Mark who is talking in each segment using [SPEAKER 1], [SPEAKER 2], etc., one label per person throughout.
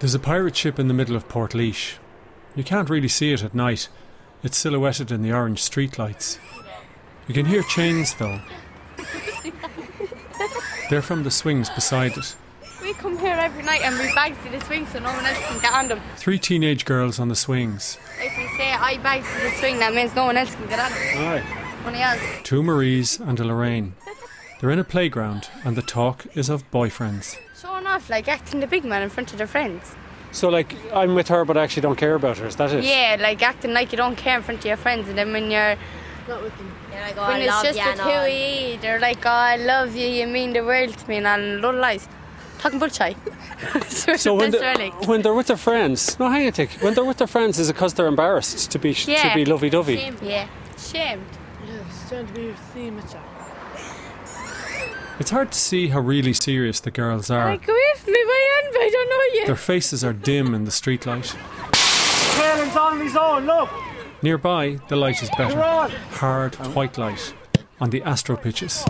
[SPEAKER 1] There's a pirate ship in the middle of Port Leash. You can't really see it at night, it's silhouetted in the orange streetlights. You can hear chains though. They're from the swings beside it.
[SPEAKER 2] We come here every night and we bag to the swing so no one else can get on them.
[SPEAKER 1] Three teenage girls on the swings.
[SPEAKER 2] If we say I bag to the swing, that means no one else can get on them.
[SPEAKER 1] Aye.
[SPEAKER 2] One of us.
[SPEAKER 1] Two Maries and a Lorraine. They're in a playground and the talk is of boyfriends.
[SPEAKER 2] Showing off, like acting the big man in front of their friends.
[SPEAKER 1] So, like, I'm with her but I actually don't care about her, is that it?
[SPEAKER 2] Yeah, like acting like you don't care in front of your friends, and then when you're
[SPEAKER 3] Not with them.
[SPEAKER 4] They're like, oh,
[SPEAKER 2] when
[SPEAKER 4] I
[SPEAKER 2] it's
[SPEAKER 4] love
[SPEAKER 2] just
[SPEAKER 4] you and
[SPEAKER 2] with who
[SPEAKER 4] all.
[SPEAKER 2] we eat, they're like, oh, I love you, you mean the world to me, and a lot of lies. Talking bullshit.
[SPEAKER 5] So when, the, when they're with their friends, no, hang on, a tick. When they're with their friends, is it because they're embarrassed to be
[SPEAKER 2] Yeah.
[SPEAKER 5] to be lovey-dovey?
[SPEAKER 4] Shame.
[SPEAKER 2] yeah, shamed.
[SPEAKER 3] Yes, it's going to be a theme attack.
[SPEAKER 1] It's hard to see how really serious the girls are.
[SPEAKER 2] Like, with me, my hand, but I don't know yet.
[SPEAKER 1] Their faces are dim in the streetlight.
[SPEAKER 6] Kalen's on his own, look!
[SPEAKER 1] Nearby, the light is better.
[SPEAKER 6] on.
[SPEAKER 1] Hard white light on the astro pitches.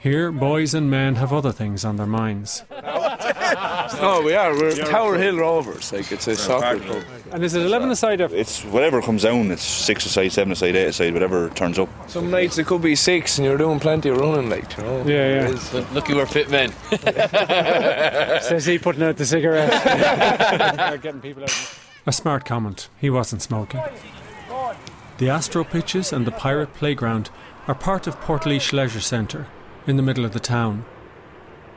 [SPEAKER 1] Here, boys and men have other things on their minds.
[SPEAKER 7] No, we are. We're Tower Hill Rovers. Like it's a soccer club.
[SPEAKER 5] And is it eleven-a-side?
[SPEAKER 8] It's whatever comes down. It's six aside, seven aside, eight aside, whatever turns up.
[SPEAKER 7] Some nights it could be six, and you're doing plenty of running, like you know.
[SPEAKER 5] Yeah,
[SPEAKER 7] It
[SPEAKER 5] yeah.
[SPEAKER 7] is.
[SPEAKER 9] Lucky we're fit men.
[SPEAKER 5] Says he putting out the cigarette. getting people out.
[SPEAKER 1] A smart comment. He wasn't smoking. The astro pitches and the pirate playground are part of Portleash Leisure Centre, in the middle of the town.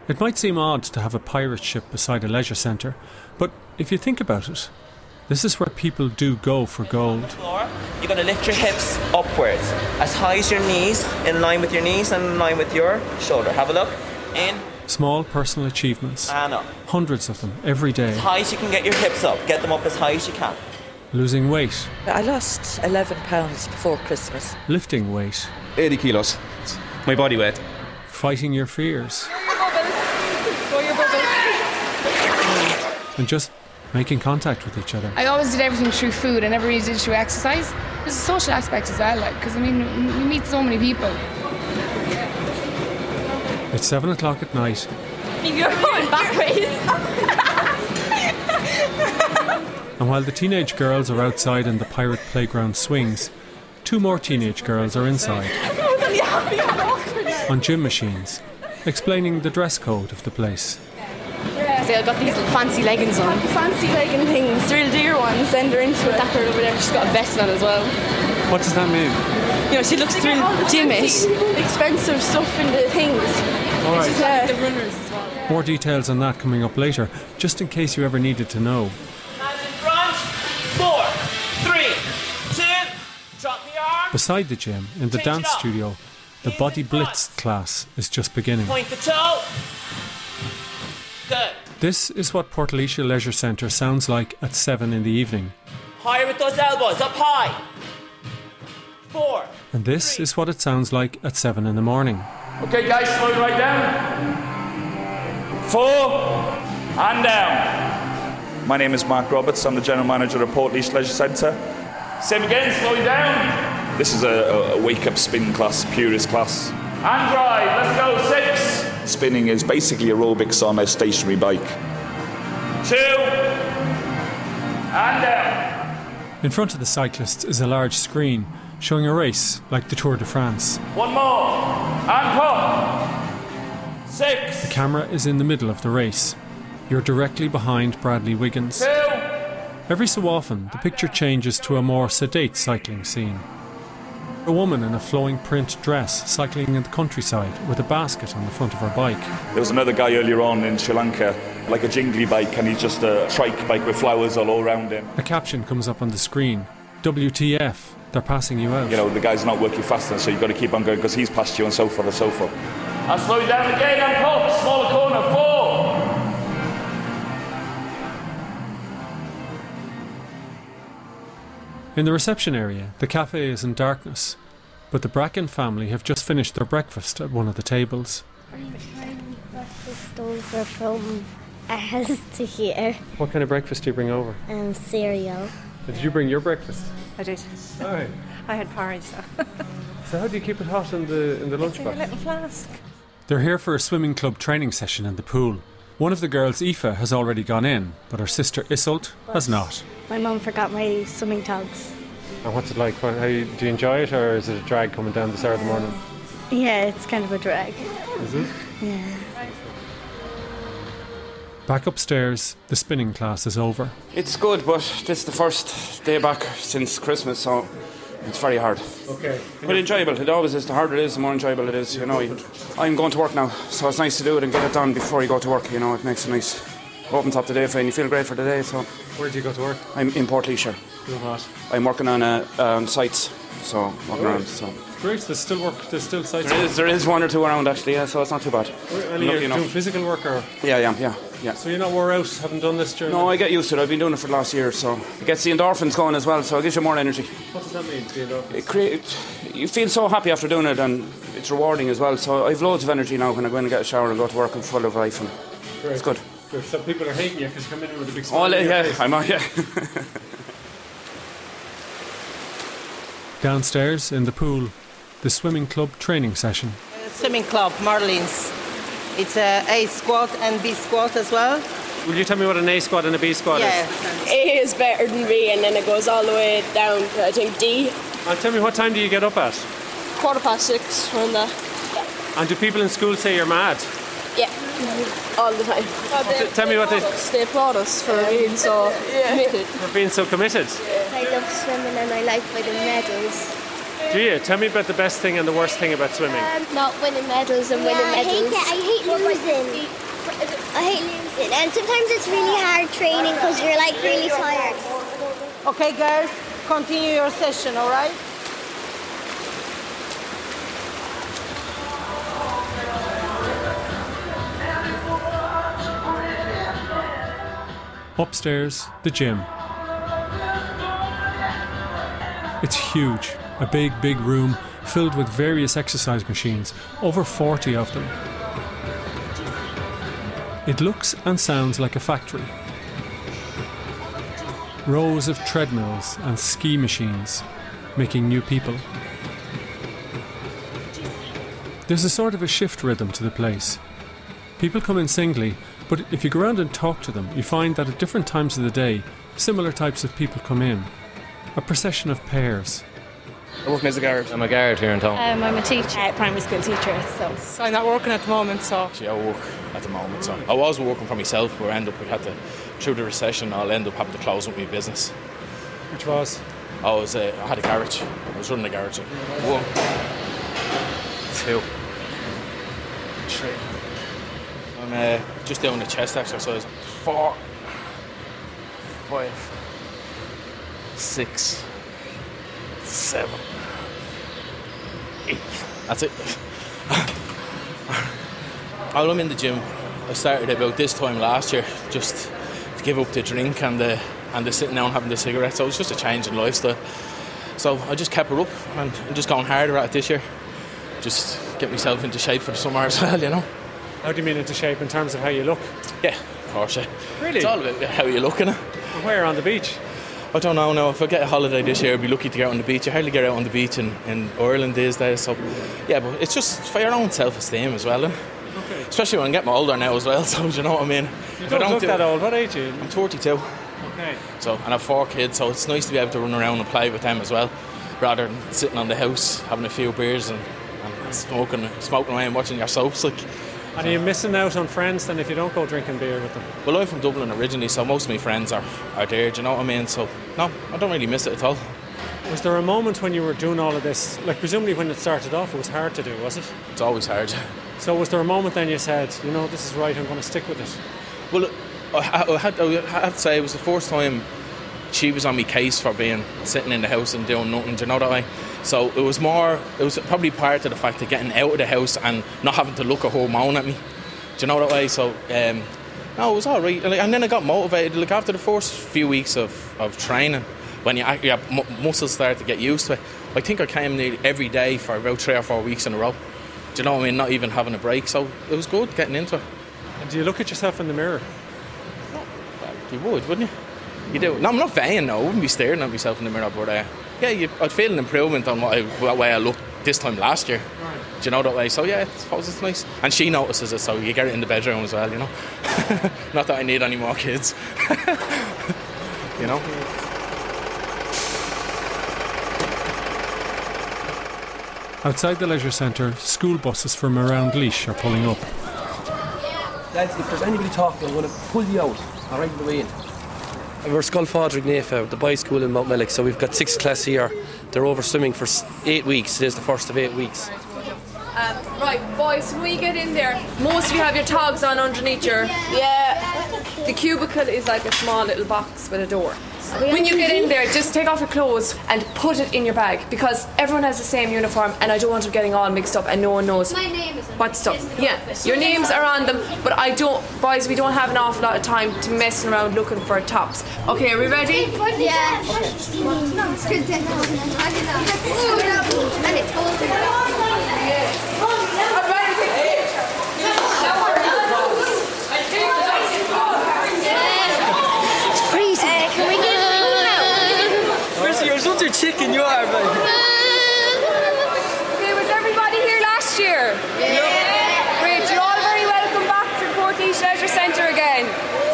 [SPEAKER 1] It might seem odd to have a pirate ship beside a leisure centre, but if you think about it, this is where people do go for gold.
[SPEAKER 10] floor, you're going to lift your hips upwards as high as your knees, in line with your knees and in line with your shoulder. Have a look. In
[SPEAKER 1] Small personal achievements,
[SPEAKER 10] and up.
[SPEAKER 1] hundreds of them every day.
[SPEAKER 10] As high as you can get your hips up. Get them up as high as you can.
[SPEAKER 1] Losing weight,
[SPEAKER 11] I lost 11 pounds before Christmas.
[SPEAKER 1] lifting weight,
[SPEAKER 9] 80 kilos. It's My body weight.
[SPEAKER 1] fighting your fears, and just making contact with each other.
[SPEAKER 3] I always did everything through food. I never really did through exercise. There's a social aspect as well, like, because I mean, we meet so many people.
[SPEAKER 1] It's 7 o'clock at night,
[SPEAKER 4] You're going backwards.
[SPEAKER 1] and while the teenage girls are outside in the pirate playground swings, two more teenage girls are inside on gym machines, explaining the dress code of the place.
[SPEAKER 3] So I got these fancy leggings on. Fancy legging things, real dear ones, and they're into it. That girl over there, she's got a vest on as well.
[SPEAKER 5] What does that mean?
[SPEAKER 3] You know, she looks through Jimmy's. Expensive stuff and the things.
[SPEAKER 1] All right.
[SPEAKER 3] Yeah.
[SPEAKER 1] More details on that coming up later, just in case you ever needed to know.
[SPEAKER 10] Hands in front. Four, three, two. Drop the arm.
[SPEAKER 1] Beside the gym, in the
[SPEAKER 10] Change it
[SPEAKER 1] dance
[SPEAKER 10] up.
[SPEAKER 1] studio, the Body Blitz class is just beginning.
[SPEAKER 10] Point the toe. Good.
[SPEAKER 1] This is what Portaleisha Leisure Centre sounds like at 7 in the evening,
[SPEAKER 10] Higher with those elbows. Up high. Four.
[SPEAKER 1] and this is what it sounds like at 7 in the morning.
[SPEAKER 6] Okay, guys, slow it right down. Four, and down.
[SPEAKER 8] My name is Mark Roberts. I'm the general manager of Portleash Leisure Centre.
[SPEAKER 6] Same again, slow it down.
[SPEAKER 8] This is a, a wake-up spin class, purist class.
[SPEAKER 6] And drive, let's go. Six,
[SPEAKER 8] Spinning is basically aerobics on a stationary bike.
[SPEAKER 6] two, and down.
[SPEAKER 1] In front of the cyclists is a large screen showing a race like the Tour de France.
[SPEAKER 6] One more, and pop. Six,
[SPEAKER 1] The camera is in the middle of the race. You're directly behind Bradley Wiggins.
[SPEAKER 6] two,
[SPEAKER 1] Every so often, the picture changes to a more sedate cycling scene. A woman in a flowing print dress cycling in the countryside with a basket on the front of her bike.
[SPEAKER 8] There was another guy earlier on in Sri Lanka, like a jingly bike, and he's just a trike bike with flowers all around him.
[SPEAKER 1] A caption comes up on the screen WTF, they're passing you out.
[SPEAKER 8] You know, the guy's not working fast enough, so you've got to keep on going because he's past you and so forth and so forth.
[SPEAKER 6] and slow it down again, and pop. Smaller corner, four.
[SPEAKER 1] In the reception area, the cafe is in darkness, but the Bracken family have just finished their breakfast at one of the tables.
[SPEAKER 4] Breakfast over from our house to here.
[SPEAKER 1] What kind of breakfast do you bring over?
[SPEAKER 4] Um, cereal.
[SPEAKER 1] Did you bring your breakfast?
[SPEAKER 3] I did.
[SPEAKER 1] All right.
[SPEAKER 3] I had porridge.
[SPEAKER 1] So how do you keep it uh, hot in the in the lunchbox?
[SPEAKER 3] flask.
[SPEAKER 1] They're here for a swimming club training session in the pool. One of the girls, Aoife, has already gone in, but her sister, Isolt, has not.
[SPEAKER 4] My mum forgot my swimming togs.
[SPEAKER 5] And what's it like? What- How you, do you enjoy it, or is it a drag coming down this hour of the morning?
[SPEAKER 4] Yeah, it's kind of a drag.
[SPEAKER 5] Is it?
[SPEAKER 4] Yeah.
[SPEAKER 1] Back upstairs, the spinning class is over.
[SPEAKER 12] It's good, but this is the first day back since Christmas, so it's very hard.
[SPEAKER 5] Okay.
[SPEAKER 12] But enjoyable. It always is. The harder it is, the more enjoyable it is. You know, you- I'm going to work now, so it's nice to do it and get it done before you go to work. You know, it makes a nice opens up the day for you, and you feel great for the day. So,
[SPEAKER 5] where do you go to work?
[SPEAKER 12] I'm in Port Leisure.
[SPEAKER 5] You're not.
[SPEAKER 12] I'm working on uh, um, sites, so walking around. So
[SPEAKER 1] Great, there's still work, there's still sites.
[SPEAKER 12] there is, there is one or two around actually, yeah, so it's not too bad.
[SPEAKER 1] And
[SPEAKER 12] I'm
[SPEAKER 1] you're
[SPEAKER 12] lucky enough.
[SPEAKER 1] doing physical work, or?
[SPEAKER 12] Yeah, yeah, yeah, yeah.
[SPEAKER 1] So you're not wore out, haven't done this journey?
[SPEAKER 12] No, I get used to it. I've been doing it for the last year, so it gets the endorphins going as well. So it gives you more energy.
[SPEAKER 1] What does that mean, to be an office?
[SPEAKER 12] It create, you feel so happy after doing it, and it's rewarding as well. So I've loads of energy now when I go in and get a shower and go to work. I'm full of life, and it's good.
[SPEAKER 5] Good. Some people are hating you because you come in with a big smile.
[SPEAKER 12] Oh
[SPEAKER 5] on your
[SPEAKER 12] yeah,
[SPEAKER 5] face.
[SPEAKER 12] I'm on yeah.
[SPEAKER 1] Downstairs, in the pool, the swimming club training session.
[SPEAKER 13] Swimming club, Marlins. It's a A squad and B squad as well.
[SPEAKER 5] Will you tell me what an A squad and a B squad is?
[SPEAKER 14] A is better than B, and then it goes all the way down to I think D.
[SPEAKER 5] And tell me what time do you get up at?
[SPEAKER 14] Quarter past six, around that.
[SPEAKER 5] And do people in school say you're mad?
[SPEAKER 14] Yeah, all the time.
[SPEAKER 5] T- tell me what they
[SPEAKER 14] They applaud us for being so committed.
[SPEAKER 5] for being so committed.
[SPEAKER 4] I love swimming and I like winning medals.
[SPEAKER 5] Do you? Tell me about the best thing and the worst thing about swimming.
[SPEAKER 4] Um, Not winning medals and winning medals. I hate it. I hate losing. I hate losing. And sometimes it's really hard training because you're like really tired.
[SPEAKER 13] Okay, girls, continue your session, all right?
[SPEAKER 1] Upstairs, the gym. It's huge, a big, big room filled with various exercise machines, over 40 of them. It looks and sounds like a factory. Rows of treadmills and ski machines, making new people. There's a sort of a shift rhythm to the place. People come in singly, but if you go around and talk to them, you find that at different times of the day, similar types of people come in. A procession of pairs.
[SPEAKER 15] I work as a guard. I'm a guard here in town.
[SPEAKER 16] Uh,
[SPEAKER 17] Um, I'm a teacher, a primary school teacher, so. I'm not working at the moment, so.
[SPEAKER 15] Actually, I work at the moment. So I was working for myself, but I ended up we had to through the recession. I'll end up having to close up my business.
[SPEAKER 5] Which was?
[SPEAKER 15] I was uh, I had a garage. I was running a garage. like, One, two, three. I'm uh, just doing the chest exercise. Four, five, six, seven, eight. That's it. While I'm in the gym, I started about this time last year, just to give up the drink and the and the sitting down having the cigarettes. So it was just a change in lifestyle. So I just kept her up and I'm just going harder at it this year. Just get myself into shape for the summer as well, you know.
[SPEAKER 5] How do you mean into shape in terms of how you look?
[SPEAKER 15] Yeah, of course. Yeah.
[SPEAKER 5] Really?
[SPEAKER 15] It's all about how you're looking.
[SPEAKER 5] Where on the beach?
[SPEAKER 15] I don't know now. If I get a holiday this year, I'll be lucky to get out on the beach. I hardly get out on the beach in, in Ireland these days. So, yeah, but it's just for your own self esteem as well. innit?
[SPEAKER 5] Okay.
[SPEAKER 15] Especially when I'm getting older now as well, so do you know what I mean?
[SPEAKER 5] You
[SPEAKER 15] If I
[SPEAKER 5] don't look
[SPEAKER 15] do
[SPEAKER 5] that
[SPEAKER 15] it-
[SPEAKER 5] old. What age are you?
[SPEAKER 15] I'm 42,
[SPEAKER 5] Okay.
[SPEAKER 15] so and I have four kids, so it's nice to be able to run around and play with them as well, rather than sitting on the house having a few beers and, and smoking, smoking away and watching your soaps. Like,
[SPEAKER 5] And are you missing out on friends then if you don't go drinking beer with them?
[SPEAKER 15] well, I'm from Dublin originally, so most of my friends are are there. Do you know what I mean? So no, I don't really miss it at all.
[SPEAKER 5] Was there a moment when you were doing all of this? Like presumably when it started off, it was hard to do, was it?
[SPEAKER 15] It's always hard.
[SPEAKER 5] So was there a moment then you said, you know, this is right, I'm going to stick with it?
[SPEAKER 15] Well, I, I, I had, I have to say it was the first time she was on my case for being sitting in the house and doing nothing. Do you know that way? So it was more. It was probably part of the fact of getting out of the house and not having to look a whole moan at me. Do you know that way? So um, no, it was all right. And, like- and then I got motivated. Like after the first few weeks of, of training, when your, your mu- muscles start to get used to it, I think I came nearly every day for about three or four weeks in a row. Do you know what I mean? Not even having a break. So it was good getting into it.
[SPEAKER 5] And do you look at yourself in the mirror?
[SPEAKER 15] You would, wouldn't you? You do. No, I'm not vain, no. I wouldn't be staring at myself in the mirror, but uh, yeah, you, I'd feel an improvement on what, I, what way I looked this time last year. Do you know that way? So yeah, I suppose it's nice. And she notices it, so you get it in the bedroom as well, you know. Not that I need any more kids. you know?
[SPEAKER 1] Outside the leisure centre, school buses from around Leash are pulling up.
[SPEAKER 18] Lads, if there's anybody talking, I'm going to pull you out. All right, the way in.
[SPEAKER 19] We're Skull Fodrick Nafa, the boys' school in Mount Mellick. So we've got sixth class here. They're over swimming for s- eight weeks. Today's the first of eight weeks.
[SPEAKER 20] Um, right, boys, when we get in there, most of you have your togs on underneath your. Yeah. The cubicle is like a small little box with a door. When you get in there, just take off your clothes and put it in your bag because everyone has the same uniform, and I don't want them getting all mixed up and no one knows
[SPEAKER 4] My name is
[SPEAKER 20] what stuff. Yeah, your names are on them, but I don't, boys. We don't have an awful lot of time to messing around looking for tops. Okay, are we ready?
[SPEAKER 4] Yeah. And it's It's freezing. Uh, can we get a little
[SPEAKER 18] Percy, you're such a chicken, you are, man.
[SPEAKER 20] Okay, was everybody here last year?
[SPEAKER 18] Yeah.
[SPEAKER 20] Great, you're all very welcome back to Port Leash Leisure Centre again.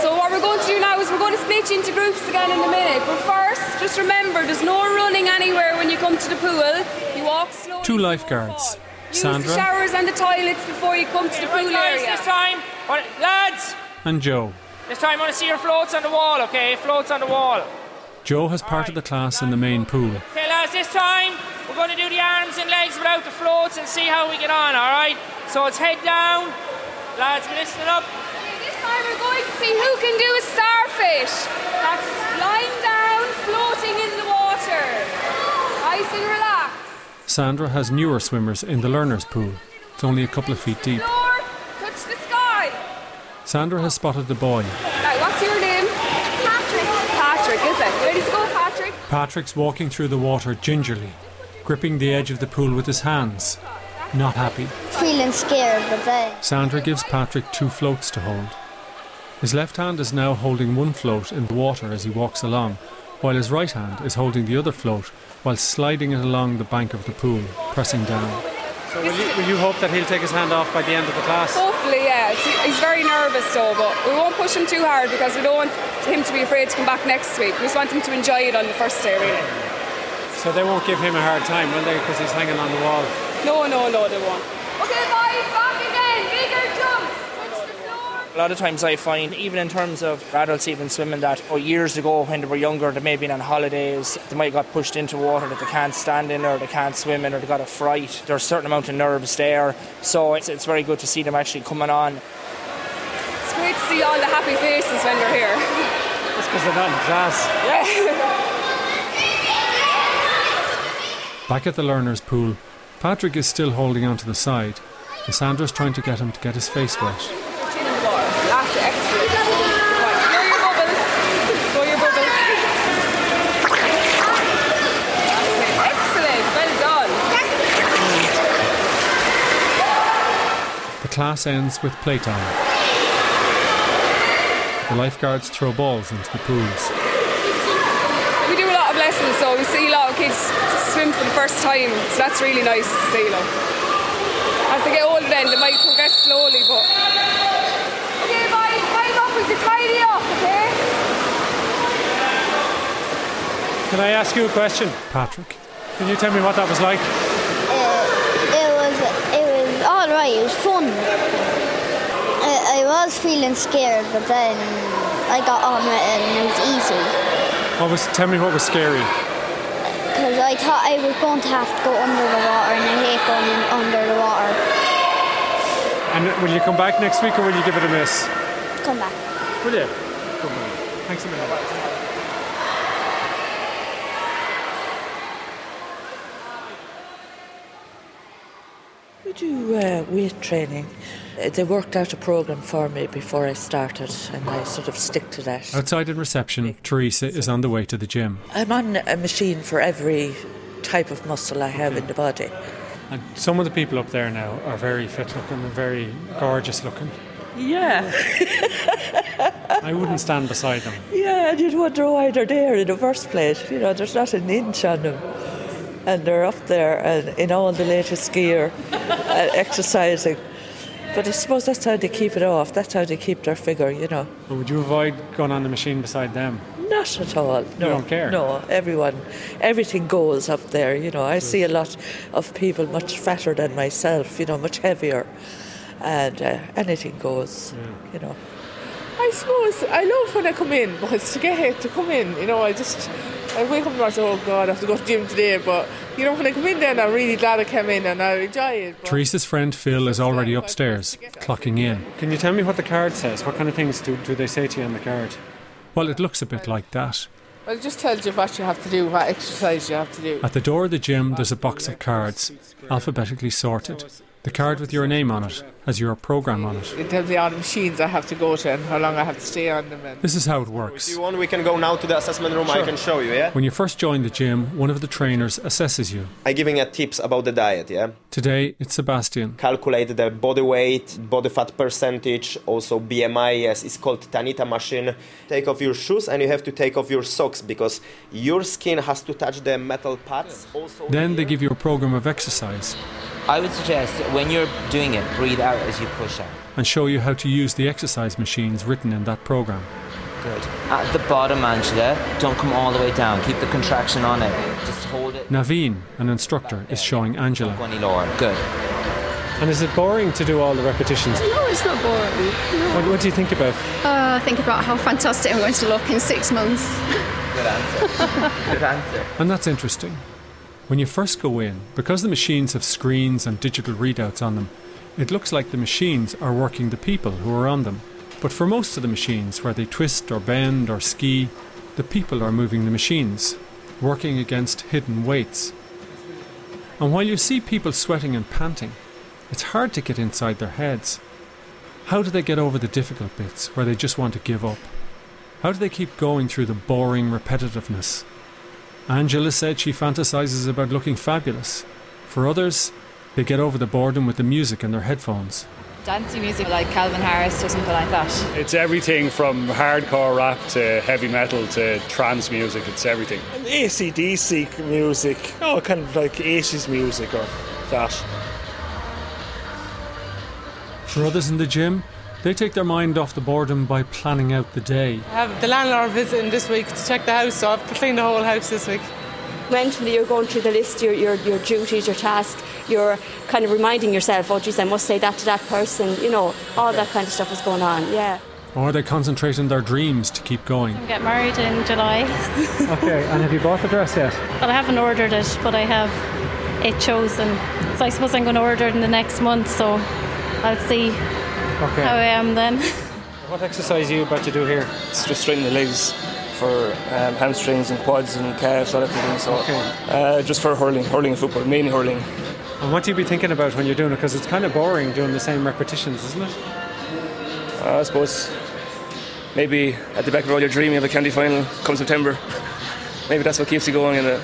[SPEAKER 20] So what we're going to do now is we're going to split you into groups again in a minute. But first, just remember, there's no running anywhere when you come to the pool. You walk slow.
[SPEAKER 1] Two lifeguards,
[SPEAKER 20] Use the
[SPEAKER 1] Sandra
[SPEAKER 20] showers and the toilets before you come to the pool
[SPEAKER 6] guys,
[SPEAKER 20] area.
[SPEAKER 6] this time, Well, lads,
[SPEAKER 1] and Joe.
[SPEAKER 6] this time I want to see your floats on the wall, okay? Floats on the wall.
[SPEAKER 1] Joe has parted the class in the main pool.
[SPEAKER 6] Okay, lads, this time we're going to do the arms and legs without the floats and see how we get on, alright? So it's head down. Lads, we're listening up.
[SPEAKER 20] This time we're going to see who can do a starfish. That's lying down, floating in the water. Nice and relaxed.
[SPEAKER 1] Sandra has newer swimmers in the learners' pool. It's only a couple of feet deep.
[SPEAKER 20] Floor, touch the sky.
[SPEAKER 1] Sandra has spotted the boy.
[SPEAKER 20] Right, what's your name? Patrick. Patrick, is it? Ready to go, Patrick?
[SPEAKER 1] Patrick's walking through the water gingerly, gripping the edge of the pool with his hands. Not happy.
[SPEAKER 4] Feeling scared, but then.
[SPEAKER 1] Sandra gives Patrick two floats to hold. His left hand is now holding one float in the water as he walks along, while his right hand is holding the other float while sliding it along the bank of the pool, pressing down.
[SPEAKER 5] So will you, will you hope that he'll take his hand off by the end of the class?
[SPEAKER 20] Hopefully, yeah. It's- He's very nervous though, but we won't push him too hard because we don't want him to be afraid to come back next week. We just want him to enjoy it on the first day, really.
[SPEAKER 5] So they won't give him a hard time, will they? Because he's hanging on the wall.
[SPEAKER 20] No, no, no, they won't. Okay, boys, back again. Bigger jumps.
[SPEAKER 6] A lot of times I find, even in terms of adults even swimming, that oh, years ago when they were younger, they may have been on holidays, they might have got pushed into water that they can't stand in or they can't swim in or they got a fright. There's a certain amount of nerves there, so it's, it's very good to see them actually coming on.
[SPEAKER 20] It's great to see all the happy faces when they're here.
[SPEAKER 5] That's because they're not in class.
[SPEAKER 20] Yeah.
[SPEAKER 1] Back at the learners' pool, Patrick is still holding onto the side, and Sandra's trying to get him to get his face wet.
[SPEAKER 20] That's excellent. Right, blow your bubbles. Blow your bubbles. That's it. Excellent. Well done.
[SPEAKER 1] The class ends with playtime. The lifeguards throw balls into the pools.
[SPEAKER 20] We do a lot of lessons, so we see a lot of kids swim for the first time, so that's really nice to see them. As they get older, then they might progress slowly, but. Okay, boys, tidy up, we can tidy up, okay?
[SPEAKER 5] Can I ask you a question? Patrick. Can you tell me what that was like?
[SPEAKER 4] It was it was all right. It was fun. I, I was feeling scared, but then I got on with it and it was easy
[SPEAKER 5] What was, tell me what was scary.
[SPEAKER 4] because I thought I was going to have to go under the water, and I hate going in under the water.
[SPEAKER 5] And will you come back next week or will you give it a miss?
[SPEAKER 4] Come back.
[SPEAKER 5] Will you? Come on. Thanks a minute.
[SPEAKER 11] We do uh, weight training. Uh, They worked out a program for me before I started, and I sort of stick to that.
[SPEAKER 1] Outside in reception, Teresa is on the way to the gym.
[SPEAKER 11] I'm on a machine for every type of muscle I have in the body.
[SPEAKER 5] And some of the people up there now are very fit looking and very gorgeous looking.
[SPEAKER 11] Yeah,
[SPEAKER 5] I wouldn't stand beside them.
[SPEAKER 11] yeah, and you'd wonder why they're there in the first place. You know, there's not an inch on them. and they're up there and in all the latest gear and exercising. But I suppose that's how they keep it off. That's how they keep their figure, you know.
[SPEAKER 1] But would you avoid going on the machine beside them?
[SPEAKER 11] Not at all. No,
[SPEAKER 1] don't care?
[SPEAKER 11] No, everyone, everything goes up there. You know, I see a lot of people much fatter than myself. You know, much heavier, and uh, anything goes. You know.
[SPEAKER 21] I suppose I love when I come in, but it's to get here to come in. You know, I just I wake up and I say, oh God, I have to go to the gym today. But you know, when I come in, then I'm really glad I came in and I enjoy it.
[SPEAKER 1] Teresa's friend Phil is already upstairs, clocking in. Can you tell me what the card says? What kind of things do, do they say to you on the card? Well, it looks a bit like that.
[SPEAKER 21] Well, it just tells you what you have to do, what exercise you have to do.
[SPEAKER 1] At the door of the gym, there's a box of cards, alphabetically sorted. The card with your name on it has your program on it.
[SPEAKER 21] It tells me all the machines I have to go to and how long I have to stay on them. And
[SPEAKER 1] This is how it works.
[SPEAKER 9] you want, we can go now to the assessment room. I
[SPEAKER 1] Sure.
[SPEAKER 9] can show you, yeah?
[SPEAKER 1] When you first join the gym, one of the trainers assesses you.
[SPEAKER 9] i giving a tips about the diet, yeah?
[SPEAKER 1] Today, it's Sebastian.
[SPEAKER 9] Calculate the body weight, body fat percentage, also BMI, yes, it's called Tanita machine. Take off your shoes and you have to take off your socks because your skin has to touch the metal pads. Also,
[SPEAKER 1] Then they give you a program of exercise
[SPEAKER 10] I would suggest when you're doing it, breathe out as you push out.
[SPEAKER 1] and show you how to use the exercise machines written in that program.
[SPEAKER 10] Good. At the bottom, Angela, don't come all the way down. Keep the contraction on it. Just hold it.
[SPEAKER 1] Naveen, an instructor, is showing Angela.
[SPEAKER 10] Good.
[SPEAKER 1] And is it boring to do all the repetitions?
[SPEAKER 22] No, it's not boring.
[SPEAKER 1] What, what do you think about?
[SPEAKER 22] Uh, think about how fantastic I'm going to look in six months.
[SPEAKER 10] Good answer. Good answer.
[SPEAKER 1] And that's interesting. When you first go in, because the machines have screens and digital readouts on them, it looks like the machines are working the people who are on them. But for most of the machines where they twist or bend or ski, the people are moving the machines, working against hidden weights. And while you see people sweating and panting, it's hard to get inside their heads. How do they get over the difficult bits where they just want to give up? How do they keep going through the boring repetitiveness? Angela said she fantasizes about looking fabulous. For others, they get over the boredom with the music in their headphones.
[SPEAKER 16] Dancing music like Calvin Harris or something like that.
[SPEAKER 23] It's everything from hardcore rap to heavy metal to trance music. It's everything.
[SPEAKER 24] ACDC music, oh, kind of like 80s music or that.
[SPEAKER 1] For others in the gym, they take their mind off the boredom by planning out the day.
[SPEAKER 17] I have the landlord visiting this week to check the house, so I've cleaned the whole house this week.
[SPEAKER 25] Mentally, you're going through the list, your, your, your duties, your tasks, you're kind of reminding yourself, oh, geez, I must say that to that person, you know, all that kind of stuff is going on, yeah.
[SPEAKER 1] Or they concentrate on their dreams to keep going.
[SPEAKER 16] I get married in July.
[SPEAKER 1] Okay, and have you bought the dress yet?
[SPEAKER 16] but I haven't ordered it, but I have it chosen. So I suppose I'm going to order it in the next month, so I'll see
[SPEAKER 1] Okay.
[SPEAKER 16] how I am then.
[SPEAKER 1] What exercise are you about to do here?
[SPEAKER 26] It's just straightening the legs for um, hamstrings and quads and calves, all that kind of thing. So, uh, just for hurling, hurling and football, mainly hurling.
[SPEAKER 1] And what do you be thinking about when you're doing it? Because it's kind of boring doing the same repetitions, isn't it?
[SPEAKER 26] Uh, I suppose maybe at the back of all your dream, you have a county final come September. Maybe that's what keeps you going in a,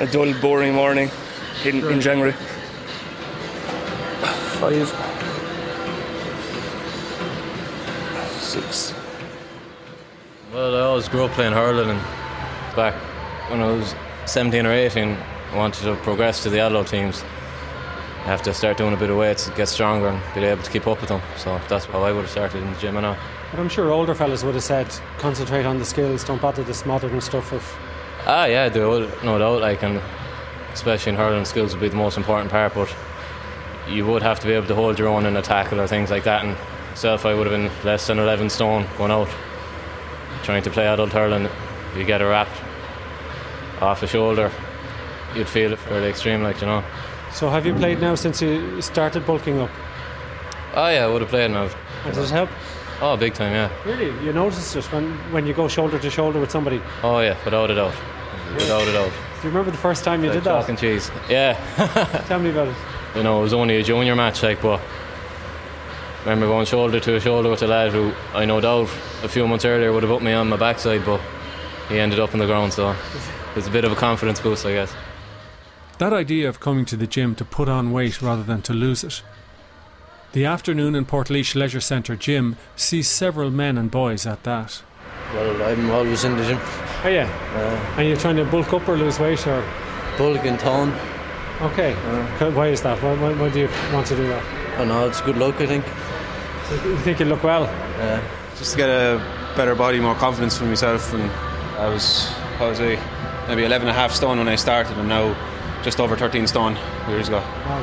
[SPEAKER 26] a dull, boring morning in, in January. Five. Six.
[SPEAKER 27] Well, I always grew up playing hurling, and back when I was 17 or 18, I wanted to progress to the adult teams. You have to start doing a bit of weights, get stronger, and be able to keep up with them. So that's how I would have started in the gym. And all.
[SPEAKER 1] But I'm sure older fellas would have said, concentrate on the skills, don't bother this modern stuff of
[SPEAKER 27] ah, yeah, the old, no doubt, like, and especially in hurling, skills would be the most important part. But you would have to be able to hold your own in a tackle or things like that. And self, I would have been less than 11 stone going out, trying to play adult hurling. You get a wrap off the shoulder, you'd feel it fairly extreme, like you know.
[SPEAKER 1] So have you played now since you started bulking up?
[SPEAKER 27] Oh yeah, I would have played now.
[SPEAKER 1] And does it help?
[SPEAKER 27] Oh, big time, yeah.
[SPEAKER 1] Really? You notice this when, when you go shoulder to shoulder with somebody.
[SPEAKER 27] Oh yeah, without a doubt, without a doubt.
[SPEAKER 1] Do you remember the first time you
[SPEAKER 27] Like
[SPEAKER 1] did that?
[SPEAKER 27] chalk and cheese. Yeah.
[SPEAKER 1] Tell me about it.
[SPEAKER 27] you know, it was only a junior match, like, but I remember going shoulder to shoulder with a lad who I no doubt a few months earlier would have put me on my backside, but he ended up on the ground, so it's a bit of a confidence boost, I guess.
[SPEAKER 1] That idea of coming to the gym to put on weight rather than to lose it. The afternoon in Portleash Leisure Centre gym sees several men and boys at that.
[SPEAKER 28] Well, I'm always in the gym.
[SPEAKER 1] Oh yeah.
[SPEAKER 28] Uh,
[SPEAKER 1] And you're trying to bulk up or lose weight or
[SPEAKER 5] Bulgan town.
[SPEAKER 12] Okay. Co- Why is that? Why, why, why do you want to do that?
[SPEAKER 5] I know Oh, it's good luck, I think. Uh,
[SPEAKER 12] You think you look
[SPEAKER 1] Oh.
[SPEAKER 12] well?
[SPEAKER 3] Yeah. Just to get a better body, more confidence for myself. And I was, what was I? Maybe 11 and a half stone when I started, and now just over 13 stone years ago.
[SPEAKER 12] Wow.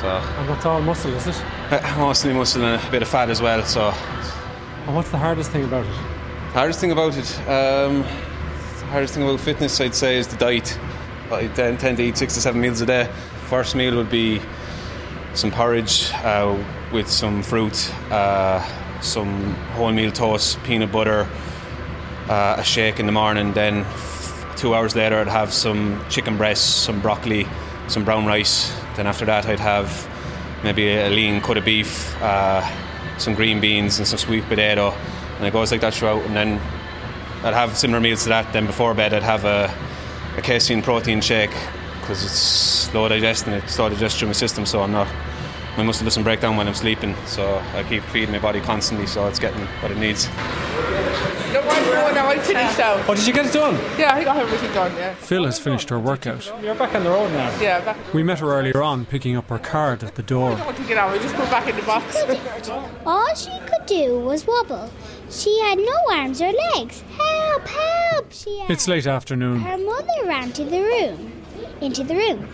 [SPEAKER 3] So
[SPEAKER 12] And that's all muscle, is it?
[SPEAKER 3] uh, mostly muscle and a bit of fat as well. So
[SPEAKER 12] And what's the hardest thing about it?
[SPEAKER 3] hardest thing about it, um, the hardest thing about fitness, I'd say, is the diet. I tend, tend to eat six to seven meals a day. First meal would be some porridge uh, with some fruit, uh, some wholemeal toast, peanut butter, uh, a shake in the morning. Then f- two hours later, I'd have some chicken breasts, some broccoli, some brown rice. Then after that, I'd have maybe a lean cut of beef, uh, some green beans, and some sweet potato. And it goes like that throughout. And then I'd have similar meals to that. Then before bed, I'd have a, a casein protein shake because it's slow digesting. It slow digests through my system, so I'm not. My muscle doesn't break down when I'm sleeping, so I keep feeding my body constantly, so it's getting what it needs.
[SPEAKER 21] No, I, no, I finished out.
[SPEAKER 12] Oh, did you get it done?
[SPEAKER 21] Yeah, I got everything done, yeah.
[SPEAKER 1] Phil has finished her workout.
[SPEAKER 12] You're back on the road now.
[SPEAKER 21] Yeah, back.
[SPEAKER 1] We met her earlier on, picking up her card at the door.
[SPEAKER 21] I want to get out, we just put back in the box.
[SPEAKER 7] All she could do was wobble. She had no arms or legs. Help, help, she yelled.
[SPEAKER 1] It's late afternoon.
[SPEAKER 7] Her mother ran to the room. Into the room.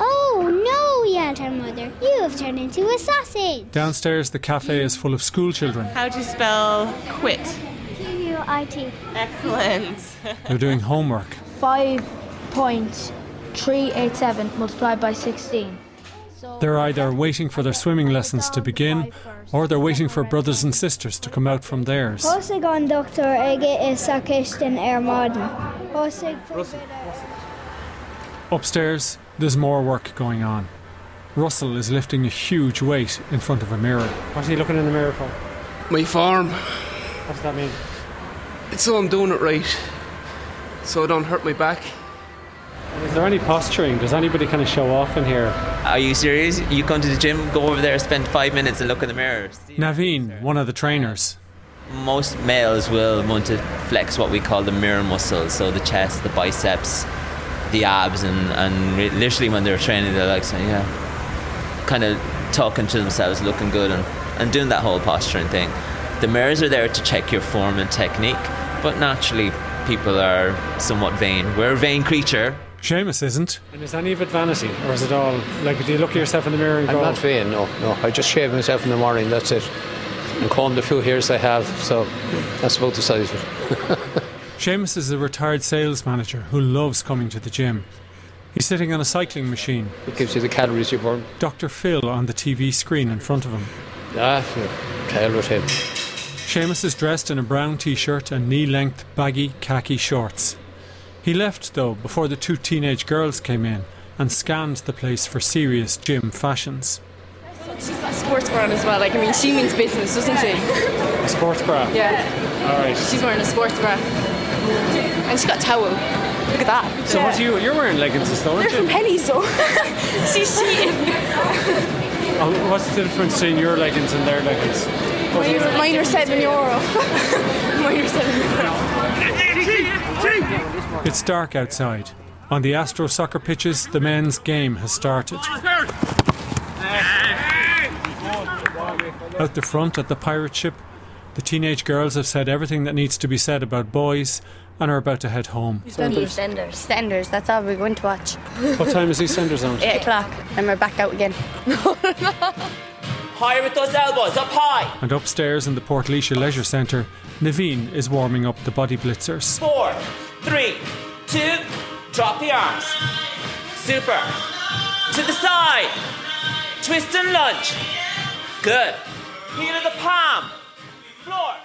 [SPEAKER 7] Oh no, yelled her mother. You have turned into a sausage.
[SPEAKER 1] Downstairs, the cafe is full of schoolchildren.
[SPEAKER 14] How do you spell quit?
[SPEAKER 7] Q-U-I-T.
[SPEAKER 14] Excellent.
[SPEAKER 1] They're doing homework.
[SPEAKER 7] 5.387 multiplied by 16.
[SPEAKER 1] They're either waiting for their swimming lessons to begin or they're waiting for brothers and sisters to come out from theirs.
[SPEAKER 7] Hosagon doctor ege is sakisten er modern. Hosig
[SPEAKER 1] Upstairs, there's more work going on. Russell is lifting a huge weight in front of a mirror.
[SPEAKER 12] What are you looking in the mirror for?
[SPEAKER 25] My farm.
[SPEAKER 12] What does that mean?
[SPEAKER 25] It's so I'm doing it right. So I don't hurt my back.
[SPEAKER 12] Is there any posturing? Does anybody kind of show off in here?
[SPEAKER 10] Are you serious? You come to the gym, go over there, spend five minutes and look in the mirror.
[SPEAKER 1] Naveen, one of the trainers.
[SPEAKER 10] Most males will want to flex what we call the mirror muscles, so the chest, the biceps, the abs, and, and re- literally when they're training, they're like, saying, yeah, kind of talking to themselves, looking good, and, and doing that whole posturing thing. The mirrors are there to check your form and technique, but naturally, people are somewhat vain. We're a vain creature.
[SPEAKER 1] Seamus isn't.
[SPEAKER 12] And is any of it vanity? Or is it all like, do you look at yourself in the mirror and
[SPEAKER 5] I'm
[SPEAKER 12] go,
[SPEAKER 5] not vain, no, no. I just shave myself in the morning, that's it. And comb the few hairs I have, so that's about the size of it.
[SPEAKER 1] Seamus is a retired sales manager who loves coming to the gym. He's sitting on a cycling machine.
[SPEAKER 5] It gives you the calories you burn.
[SPEAKER 1] Dr. Phil on the TV screen in front of him.
[SPEAKER 5] Ah, tell with him.
[SPEAKER 1] Seamus is dressed in a brown t shirt and knee length baggy khaki shorts. He left, though, before the two teenage girls came in and scanned the place for serious gym fashions.
[SPEAKER 14] She's a sports bra on as well. Like, I mean, she means business, doesn't she?
[SPEAKER 12] a sports bra?
[SPEAKER 14] Yeah.
[SPEAKER 12] All right.
[SPEAKER 14] She's wearing a sports bra. And she's got a towel. Look at that.
[SPEAKER 12] So what are you, you're wearing leggings and stuff,
[SPEAKER 14] They're
[SPEAKER 12] aren't
[SPEAKER 14] from
[SPEAKER 12] you?
[SPEAKER 14] Penny's, though. she's cheating.
[SPEAKER 12] Oh, what's the difference between your leggings and their leggings?
[SPEAKER 14] Mine are- Mine are seven euro. Mine are seven euro.
[SPEAKER 1] It's dark outside. On the Astro soccer pitches, the men's game has started. Out the front at the pirate ship, the teenage girls have said everything that needs to be said about boys and are about to head home.
[SPEAKER 2] EastEnders. EastEnders, that's all we're going to watch.
[SPEAKER 1] What time is EastEnders on?
[SPEAKER 2] 8 o'clock, and we're back out again.
[SPEAKER 10] Higher with those elbows, up high.
[SPEAKER 1] And upstairs in the Port Leisure Centre, Naveen is warming up the body blitzers.
[SPEAKER 10] Four, three, two, drop the arms. Super. To the side. Twist and lunge. Good. Heel of the palm. Floor.